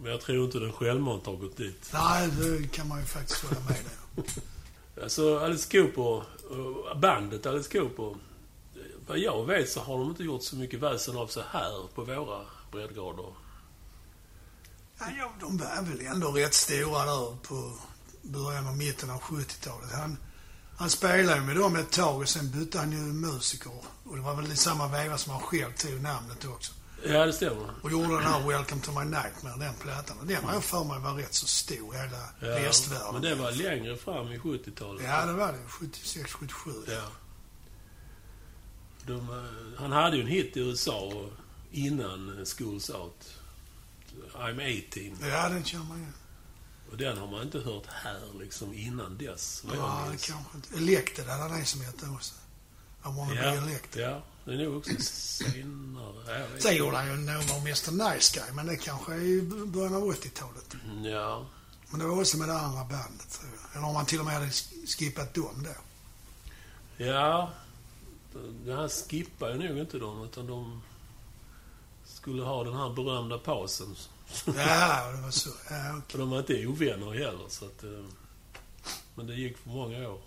Speaker 1: Men jag tror inte den självmant har gått dit.
Speaker 2: Nej, det kan man ju faktiskt hålla med om.
Speaker 1: Alltså Alice Cooper, eh, bandet Alice Cooper. eh, Vad jag vet så har de inte gjort så mycket väsen av sig här på våra breddgrader.
Speaker 2: Ja, ja, de var väl ändå rätt stora där på början och mitten av 70-talet. Han, han spelade ju med dem ett tag och sen bytte han ju musiker. Och det var väl i samma veva som han själv tog namnet också.
Speaker 1: Ja, det stämmer.
Speaker 2: Och gjorde den här Welcome to my nightmare, den plattan. Och den har jag för mig var rätt så stor i hela
Speaker 1: Ja,
Speaker 2: västvärlden.
Speaker 1: Men det var längre fram i 70-talet.
Speaker 2: Ja, det var det. 76, 77.
Speaker 1: Ja. De, eh, han hade ju en hit i USA innan eh, Schools Out. I'm 18.
Speaker 2: Ja, den känner man ju.
Speaker 1: Och den har man inte hört här liksom innan dess. vad jag
Speaker 2: Ja, det
Speaker 1: minns.
Speaker 2: kanske inte. Elected hade han en som hette också. I wanna be
Speaker 1: Ja,
Speaker 2: elected.
Speaker 1: ja, det är nog också senare. Ja, jag vet
Speaker 2: Sen gjorde han ju en nummer om Mr Nice Guy, men det kanske är i början av 80-talet.
Speaker 1: inte. Ja.
Speaker 2: Men det var också med det andra bandet, tror jag. Eller om han till och med hade sk- skippat dem då.
Speaker 1: Ja, det här skippar ju nog inte dem, utan de skulle ha den här berömda pausen.
Speaker 2: Ja, det var så. Ja, okej.
Speaker 1: Och de var inte ovänner heller, så att... eh, Men det gick för många år.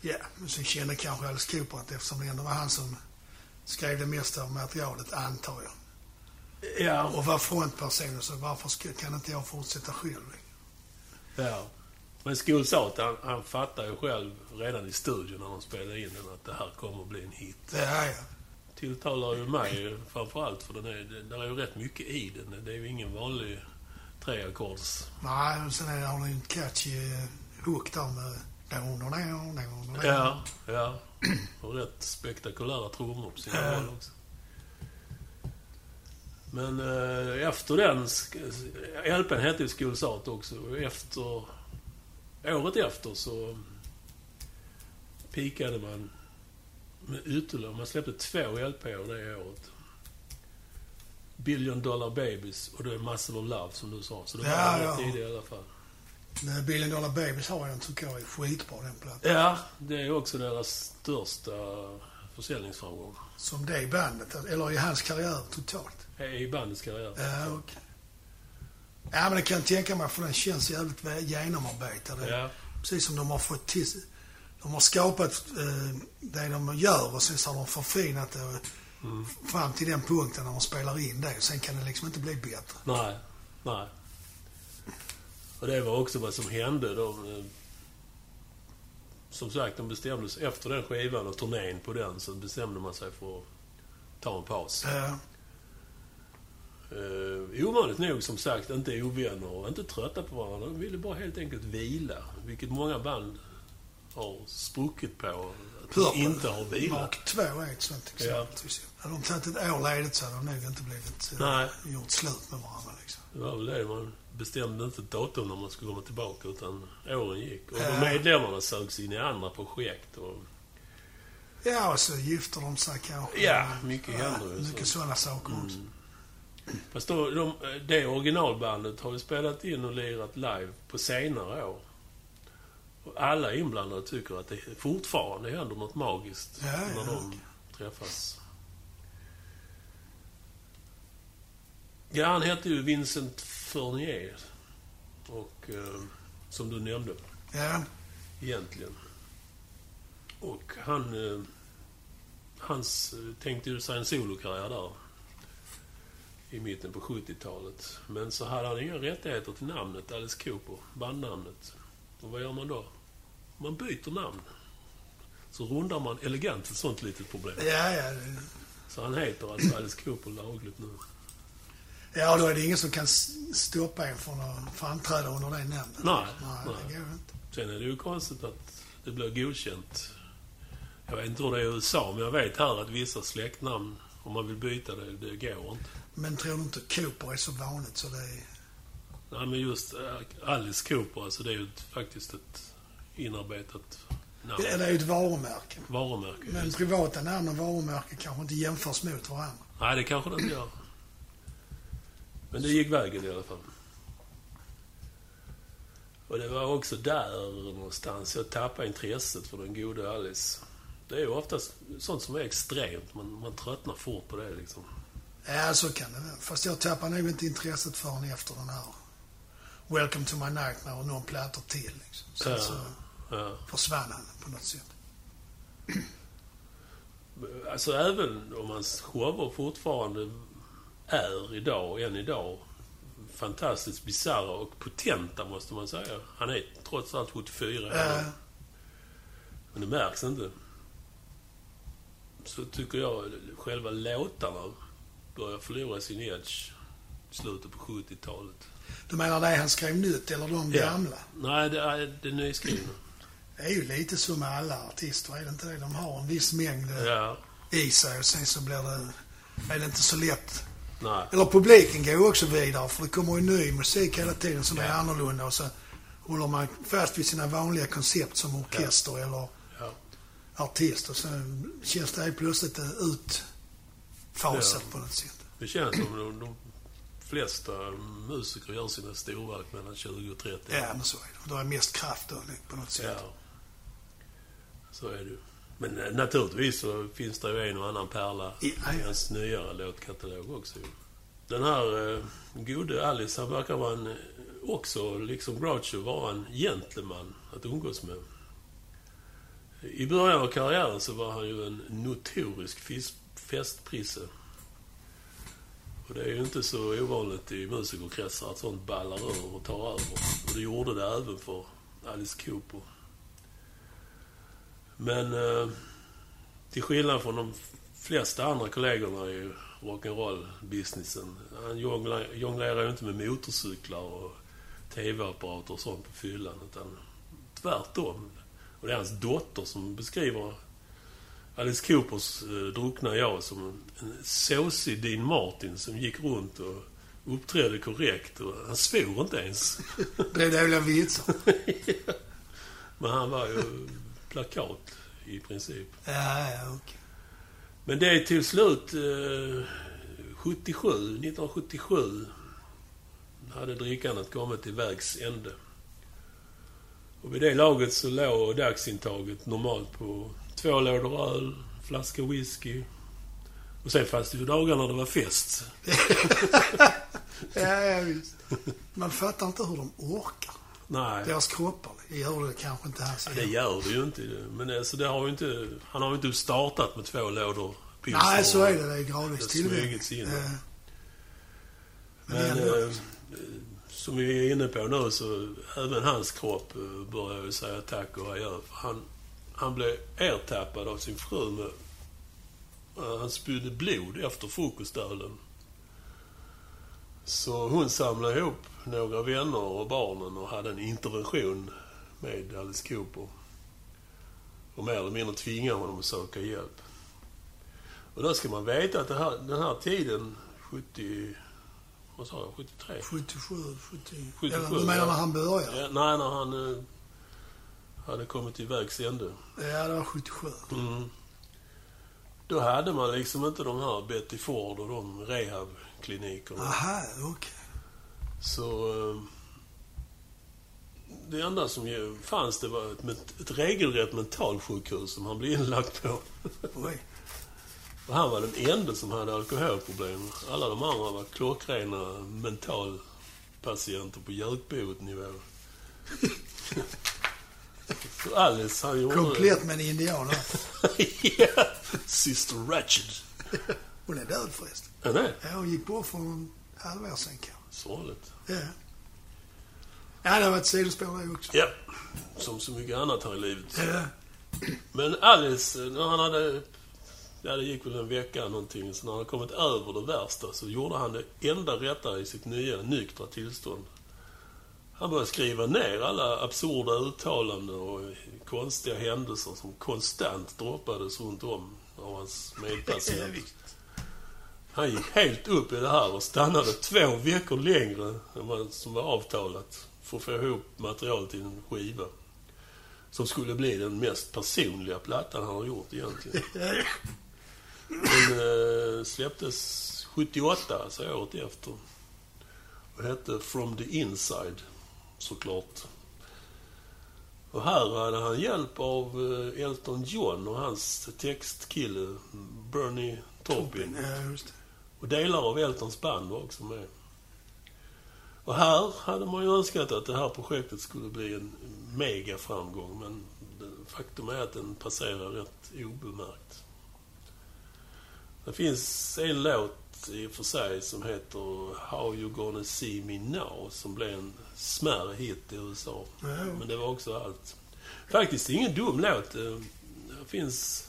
Speaker 2: ja. Men sen kände kanske Alice Cooper att eftersom det ändå var han som skrev det mesta av materialet, antar jag.
Speaker 1: Ja,
Speaker 2: Och var frontpersonen, så varför ska, kan inte jag fortsätta själv?
Speaker 1: ja. Men Schools Out, han, han fattar ju själv redan i studion när de spelade in den att det här kommer att bli en hit.
Speaker 2: Ja, ja.
Speaker 1: Tilltalar ju mig eh, framförallt, för den är, det, där är ju rätt mycket i den. Det är ju ingen vanlig treackords...
Speaker 2: Nej, och sen är det- har den ju en catchy eh, hook där med... dun, dun, dun, dun, dun.
Speaker 1: Ja, ja. Och rätt spektakulära trummor på sina håll också. Men eh, efter den... sk- LPn hette ju Schools Out också. Och efter... Året efter så... Pikade man med Ytterligare. Man släppte två LP'er det året. Billion Dollar Babies och då är Massive of Love som du sa. Så det var
Speaker 2: Ja,
Speaker 1: ja,
Speaker 2: ja.
Speaker 1: tidigt i alla fall.
Speaker 2: Nej, Billion Dollar Babies har jag den tycker jag är skitbra den plattan.
Speaker 1: Ja, det är också deras största försäljningsframgång.
Speaker 2: Som det i bandet, eller i hans karriär totalt.
Speaker 1: Eh, I bandets karriär.
Speaker 2: Ja, okej. Ja, men det kan jag tänka mig för den känns jävligt väl genomarbetad.
Speaker 1: Ja.
Speaker 2: Precis som de har fått till De har skapat eh, det de gör och sen så har de förfinat det eh,
Speaker 1: Mm.
Speaker 2: fram till den punkten när de spelar in det. Sen kan det liksom inte bli bättre.
Speaker 1: Nej, nej. Och det var också vad som hände. De, eh, som sagt, de bestämde sig efter den skivan och turnén på den så bestämde man sig för att ta en paus.
Speaker 2: Eh,
Speaker 1: Eh, ovanligt nog, som sagt, inte ovänner och inte trötta på varandra. De ville bara helt enkelt vila, vilket många band har spruckit på. Att de
Speaker 2: Purple.
Speaker 1: inte har vilat.
Speaker 2: Mark 2 är ett sånt exempel. Hade de tagit ett år ledigt så hade de nog inte blivit eh,
Speaker 1: Nej.
Speaker 2: gjort slut med varandra. Liksom.
Speaker 1: Det var väl det, man bestämde inte ett datum när man skulle komma tillbaka, utan åren gick. Och
Speaker 2: Ja.
Speaker 1: medlemmarna sögs in i andra projekt. Och,
Speaker 2: Ja, och så gifter de sig kanske.
Speaker 1: Ja, mycket händer ju. Mm.
Speaker 2: Mycket sådana saker också.
Speaker 1: Fast då, de, det originalbandet har ju spelat in och lirat live på senare år. Och alla inblandade tycker att det fortfarande händer något magiskt
Speaker 2: Ja,
Speaker 1: när
Speaker 2: ja.
Speaker 1: de träffas. Ja, han hette ju Vincent Fournier. Och, eh, som du nämnde
Speaker 2: Ja,
Speaker 1: egentligen. Och han... Eh, hans eh, tänkte ju sig en solokarriär där. I mitten på 70-talet. Men så hade han inga rättigheter till namnet Alice Cooper, bandnamnet. Och vad gör man då? Man byter namn. Så rundar man elegant ett sånt litet problem.
Speaker 2: ja, ja. det-
Speaker 1: Så han heter alltså Alice Cooper lagligt nu.
Speaker 2: Ja, och då är det ingen som kan s- stoppa en från att framträda under det namnet.
Speaker 1: Nej,
Speaker 2: Nej, det
Speaker 1: nej.
Speaker 2: går inte.
Speaker 1: Sen är det ju konstigt att det blir godkänt. Jag vet inte hur det är i USA, men jag vet här att vissa släktnamn, om man vill byta det, det går inte.
Speaker 2: Men tror du inte Cooper är så vanligt så det är...
Speaker 1: Nej, men just eh, Alice Cooper, alltså det är ju ett, faktiskt ett inarbetat namn.
Speaker 2: Eller är ju ett varumärke.
Speaker 1: Varumärke.
Speaker 2: Men
Speaker 1: just.
Speaker 2: privata namn och varumärken kanske inte jämförs mot varandra.
Speaker 1: Nej, det kanske det inte gör. Men det gick vägen i alla fall. Och det var också där någonstans jag tappade intresset för den gode Alice. Det är ju oftast sånt som är extremt. Man, man tröttnar fort på det liksom.
Speaker 2: Ja, så kan det vara. Fast jag tappar nog inte intresset förrän efter den här Welcome to my nightmare och någon plattor till. Liksom. Sen
Speaker 1: Ja.
Speaker 2: så
Speaker 1: Ja.
Speaker 2: försvann han på något sätt.
Speaker 1: Alltså även om hans shower fortfarande är idag, än idag, fantastiskt bisarra och potenta måste man säga. Han är trots allt 74 år.
Speaker 2: Eh,
Speaker 1: Men det märks inte. Så tycker jag själva låtarna börjar förlora sin edge i slutet på 70-talet.
Speaker 2: du menar det han skrev nytt eller de
Speaker 1: Ja.
Speaker 2: gamla?
Speaker 1: Nej, det är, det är nyskrivna.
Speaker 2: Det är ju lite så med alla artister, är det inte det? De har en viss mängd eh,
Speaker 1: Ja,
Speaker 2: i sig och sen så blir det... Är det inte så lätt
Speaker 1: nej.
Speaker 2: Eller publiken går ju också vidare för det kommer ju ny musik hela tiden som är
Speaker 1: Ja.
Speaker 2: annorlunda och så håller man fast vid sina vanliga koncept som orkester eller
Speaker 1: Ja.
Speaker 2: artist och så känns det helt plötsligt eh, utfasat på något sätt.
Speaker 1: Det känns som de, de flesta musiker gör sina storverk mellan 20 och 30.
Speaker 2: Ja, men så är det. Då är mest kraft då, liksom, på något sätt.
Speaker 1: Ja. Så är det ju. Men eh, naturligtvis så finns det ju en och annan pärla
Speaker 2: Ja,
Speaker 1: i
Speaker 2: ja.
Speaker 1: hans nyare låtkatalog också. ju. Den här eh, gode Alice, han verkar vara en, eh, också, liksom Groucho, vara en gentleman att umgås med. I början av karriären så var han ju en notorisk fis- festprisse. Och det är ju inte så ovanligt i musikerkretsar att sånt ballar ur och tar över. Och det gjorde det även för Alice Cooper. Men eh, till skillnad från de flesta andra kollegorna i rock'n'roll-businessen. Han jonglar- jonglerar ju inte med motorcyklar och TV-apparater och sånt på fyllan. Utan tvärtom. Och det är hans dotter som beskriver Alice Coopers eh, druckna jag som en såsig Dean Martin som gick runt och uppträdde korrekt. Och han svor inte ens.
Speaker 2: Blev dåliga vitsar.
Speaker 1: Men han var ju plakat i princip.
Speaker 2: Ja, ja, okej.
Speaker 1: Men det är till slut eh, 77, 1977 hade drickandet kommit till vägs ände. Och vid det laget så låg dagsintaget normalt på två lådor öl, flaska whisky. Och sen fanns det ju dagar när det var fest.
Speaker 2: Ja, ja, visst. Man fattar inte hur de orkar.
Speaker 1: Nej,
Speaker 2: Deras kroppar gör det kanske inte här. så.
Speaker 1: det gör det ju inte. Men alltså, det har ju inte, han har ju inte startat med två lådor pilsner.
Speaker 2: Nej, så är det. Det är gradvis
Speaker 1: Det
Speaker 2: tillväxt.
Speaker 1: smugits in.
Speaker 2: Eh, Men,
Speaker 1: Men
Speaker 2: ändå.
Speaker 1: eh, som vi är inne på nu så även hans kropp eh, börjar ju säga tack och adjö. För Han, han blev ertappad av sin fru med... eh, Han spydde blod efter frukostölen. Så hon samlade ihop några vänner och barnen och hade en intervention med Alice Cooper. Och mer eller mindre tvingade honom att söka hjälp. Och då ska man veta att det här, den här tiden, 70... Vad sa jag? 73?
Speaker 2: 77, 70...
Speaker 1: 77,
Speaker 2: eller, du menar
Speaker 1: ja.
Speaker 2: när han började?
Speaker 1: Ja, nej, när han eh, hade kommit till vägs ände.
Speaker 2: Ja, det var 77.
Speaker 1: Mm. Då hade man liksom inte de här Betty Ford och de rehabklinikerna.
Speaker 2: Aha, okej.
Speaker 1: Så... Eh, det enda som ju fanns det var ett, ment- ett regelrätt mentalsjukhus som han blev inlagd på.
Speaker 2: Oj.
Speaker 1: Och han var den enda som hade alkoholproblem. Alla de andra var klockrena mentalpatienter på gökboet-nivå. Så Alice, han gjorde...
Speaker 2: Komplett med en indian här.
Speaker 1: ja, Sister Ratched.
Speaker 2: Hon är död förresten.
Speaker 1: Ja, nej.
Speaker 2: Ja, hon gick bort för en halvår sen kanske.
Speaker 1: Sorgligt.
Speaker 2: Ja. Ja, det var ett sidospår det också.
Speaker 1: Ja, som så mycket annat här i livet.
Speaker 2: Ja.
Speaker 1: Men Alice, eh, när han hade... Ja, det gick väl en vecka eller någonting. Så när han kommit över det värsta så gjorde han det enda rätta i sitt nya nyktra tillstånd. Han började skriva ner alla absurda uttalanden och konstiga händelser som konstant droppades runt om av hans
Speaker 2: Ja,
Speaker 1: medpatienter.
Speaker 2: visst.
Speaker 1: Han gick helt upp i det här och stannade två veckor längre än vad som var avtalat för att få ihop material till en skiva. Som skulle bli den mest personliga plattan han har gjort egentligen.
Speaker 2: Ja.
Speaker 1: Den eh, släpptes 78, alltså året efter. Och hette From the Inside, såklart. Och här hade han hjälp av eh, Elton John och hans textkille Bernie Taupin.
Speaker 2: Ja, just det.
Speaker 1: Och delar av Eltons band var också med. Och här hade man ju önskat att det här projektet skulle bli en mega framgång men det- faktum är att den passerar rätt obemärkt. Det finns en låt i och för sig som heter How You Gonna See Me Now som blev en smärre hit i USA.
Speaker 2: Ja.
Speaker 1: Men det var också allt. Faktiskt ingen dum låt. Eh, Det finns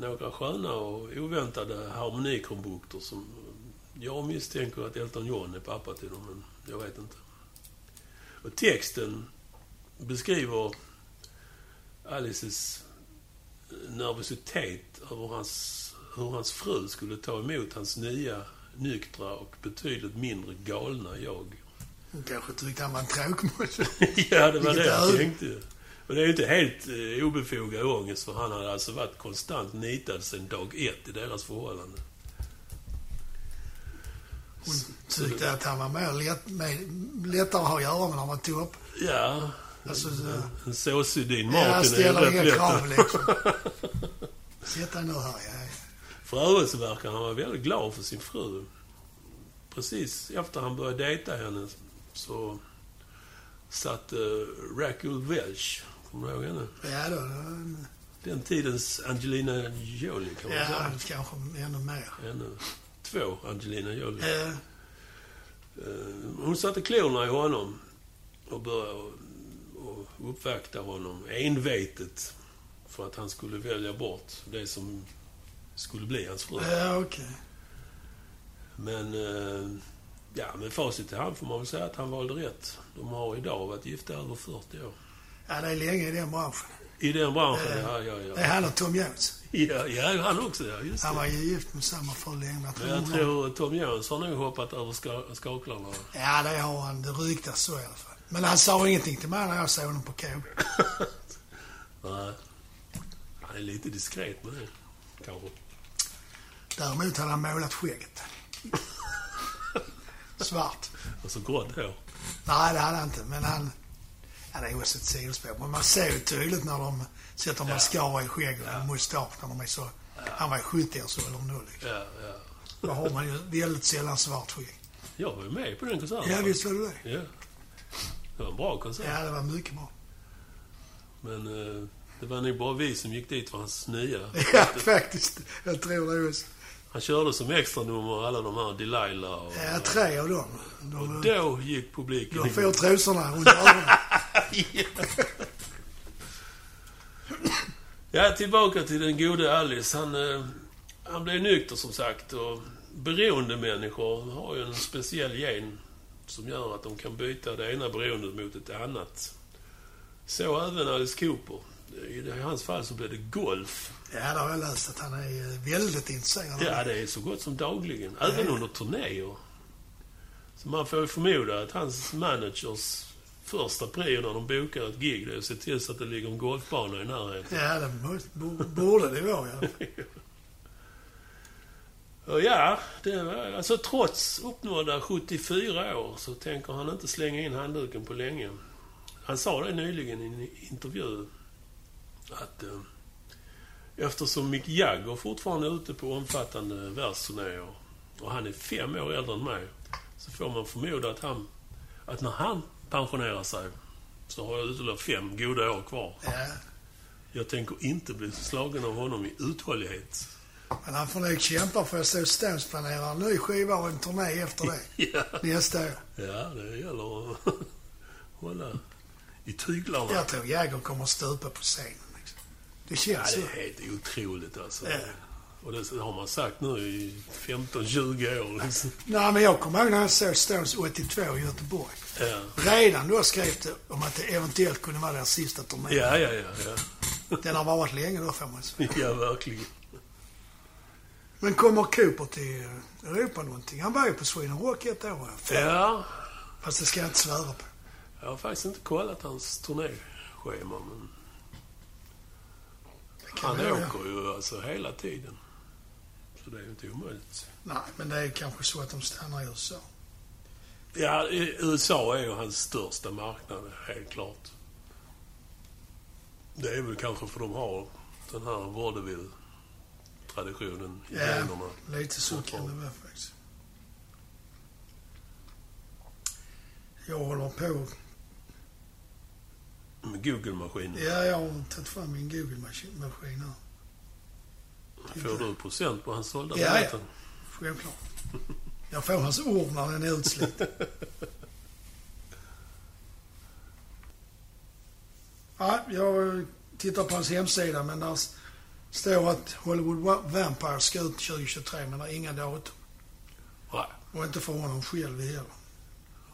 Speaker 1: några sköna och oväntade harmonikonbukter som jag misstänker att Elton John är pappa till dem, men jag vet inte. Och texten beskriver Alices eh, nervositet över hans, hur hans fru skulle ta emot hans nya nyktra och betydligt mindre galna jag.
Speaker 2: Hon kanske tyckte han var en tråkmåns.
Speaker 1: ja, det var det
Speaker 2: Vilket
Speaker 1: jag
Speaker 2: öde.
Speaker 1: tänkte. Och det är ju inte helt eh, obefogad ångest, för han hade alltså varit konstant nitad sedan dag ett i deras förhållande.
Speaker 2: Hon tyckte att han var mer lätt, mer, lättare att ha att göra med när han var topp.
Speaker 1: Ja,
Speaker 2: Alltså, så,
Speaker 1: en såsig
Speaker 2: jag
Speaker 1: din Martin Mm. är
Speaker 2: ställer
Speaker 1: rätt
Speaker 2: inga
Speaker 1: lätt.
Speaker 2: krav
Speaker 1: att-
Speaker 2: liksom. Sätt dig nu här, ja.
Speaker 1: För övrigt så verkar han vara väldigt glad för sin fru. Precis efter han började dejta henne så satt uh, Rachel Welch, kommer du ihåg henne?
Speaker 2: Ja, då, då.
Speaker 1: Den tidens Angelina Jolie kan man
Speaker 2: Ja,
Speaker 1: säga.
Speaker 2: kanske ännu mer.
Speaker 1: Ännu två Angelina Jolie.
Speaker 2: Ja,
Speaker 1: Eh, Hon satte klorna i honom och började och uppvakta honom envetet för att han skulle välja bort det som skulle bli hans fru.
Speaker 2: ja okej.
Speaker 1: Men, eh, ja, med facit i hand får man väl säga att han valde rätt. De har idag varit gifta över 40 år.
Speaker 2: Ja, det är länge i den branschen.
Speaker 1: I den branschen, ja, ja,
Speaker 2: Det
Speaker 1: ja.
Speaker 2: är han och Tom Jones.
Speaker 1: Ja, ja han också, ja. Just
Speaker 2: Han
Speaker 1: det.
Speaker 2: var ju gift med samma fru länge. Jag tror
Speaker 1: Men jag
Speaker 2: hon-
Speaker 1: tror Tom Jones har nog hoppat över ska- skaklarna.
Speaker 2: Ja, det har han. Det ryktas så i alla fall. Men han sa ingenting till mig när jag såg honom på KB.
Speaker 1: Nej. Han är lite diskret med det, kanske.
Speaker 2: Däremot hade han målat skägget. Svart.
Speaker 1: Och så Alltså grått hår.
Speaker 2: Nej, det hade han inte. Men han... Ja, det är också ett sidospår. Men man ser ju tydligt när de sätter
Speaker 1: Ja.
Speaker 2: mascara i skägg och
Speaker 1: Ja.
Speaker 2: mustasch när de är så... Han var ju 70-årsåldern då liksom.
Speaker 1: Ja, ja.
Speaker 2: Då har man ju väldigt sällan svart skägg.
Speaker 1: Jag var ju med på den konserten.
Speaker 2: Ja, visst var det det.
Speaker 1: Ja. Det var en bra konsert.
Speaker 2: Ja, det var mycket bra.
Speaker 1: Men eh, det var nog bara vi som gick dit för hans nya.
Speaker 2: Ja, faktiskt. Jag tror det också.
Speaker 1: Han körde som extranummer alla de här Delilah och...
Speaker 2: Ja, tre av dem.
Speaker 1: och
Speaker 2: De,
Speaker 1: då gick publiken
Speaker 2: de får trosorna runt öronen.
Speaker 1: Ja, tillbaka till den gode Alice. Han, eh, han blev nykter som sagt och beroende människor har ju en speciell gen som gör att de kan byta det ena beroendet mot ett annat. Så även Alice Cooper. I det- i hans fall så blev det golf.
Speaker 2: Ja, det har jag läst att han är eh, väldigt intresserad av.
Speaker 1: Ja, det är så gott som dagligen. Även under turnéer. Så man får ju förmoda att hans managers första prio när de bokar ett gig, det är att se till så att det ligger en golfbana i närheten.
Speaker 2: Ja, det må- bo- borde det vara. Ja.
Speaker 1: Och Ja, det var, alltså trots uppnådda 74 år så tänker han inte slänga in handduken på länge. Han sa det nyligen i en intervju att eh, eftersom Mick Jagger fortfarande är ute på omfattande världsturnéer och han är fem år äldre än mig så får man förmoda att, han, att när han pensionerar sig så har jag ytterligare fem goda år kvar.
Speaker 2: Ja.
Speaker 1: Jag tänker inte bli slagen av honom i uthållighet.
Speaker 2: Men han får nog kämpa för jag såg Stones planera en ny skiva och en turné efter det.
Speaker 1: Ja.
Speaker 2: Nästa år.
Speaker 1: Ja, det gäller att hålla i tyglarna. Ja,
Speaker 2: Jag tror Jagger kommer att stupa på scenen. Liksom. Det känns
Speaker 1: det
Speaker 2: så.
Speaker 1: är helt otroligt alltså.
Speaker 2: Ja.
Speaker 1: Och det har man sagt nu i 15-20 år liksom.
Speaker 2: Nej, men jag kommer ihåg när jag såg Stones 82 i Göteborg.
Speaker 1: Ja,
Speaker 2: Redan då skrev det om att det eventuellt kunde vara deras sista turné.
Speaker 1: ja, ja. Ja, ja.
Speaker 2: Den har varit länge då får man säga.
Speaker 1: ja verkligen.
Speaker 2: Men kommer Cooper till eh, Europa någonting? Han var ju på Sweden Rock ett år. har jag för-
Speaker 1: Ja,
Speaker 2: Fast det ska jag inte svära på.
Speaker 1: jag har faktiskt inte kollat hans turnéschema, men... Han
Speaker 2: vi göra.
Speaker 1: åker ju alltså hela tiden. Så det är ju inte omöjligt.
Speaker 2: Nej, men det är kanske så att de stannar i USA.
Speaker 1: Ja, i- USA är ju hans största marknad, helt klart. Det är väl kanske för de har den här vaudeville-traditionen i
Speaker 2: Ja.
Speaker 1: generna.
Speaker 2: Lite så kan det vara faktiskt. Jag håller på.
Speaker 1: Med Google-maskinen.
Speaker 2: Ja, jag har tagit fram min Google-maskin maskin här.
Speaker 1: Får du procent på hans sålda
Speaker 2: Ja,
Speaker 1: biljetter?
Speaker 2: Självklart. Jag får hans ord när den är utsliten. ja, jag tittar på hans hemsida men där s- står att Hollywood Wa- Vampire ska ut 2023 men det är inga datum.
Speaker 1: Nej.
Speaker 2: Och inte för honom själv heller.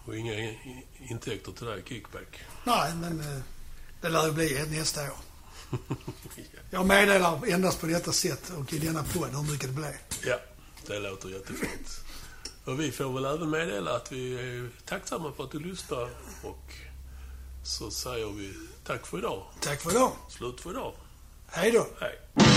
Speaker 1: Och inga i- intäkter till det här kickback.
Speaker 2: Nej, men eh, det lär ju bli ett nästa år. Jag meddelar endast på detta sätt och i denna podd hur mycket det blev.
Speaker 1: Ja, det låter jättefint. Och vi får väl även meddela att vi är tacksamma för att du lyssnar och så säger vi tack för idag.
Speaker 2: Tack för idag.
Speaker 1: Slut för idag.
Speaker 2: Hej då.
Speaker 1: Hej.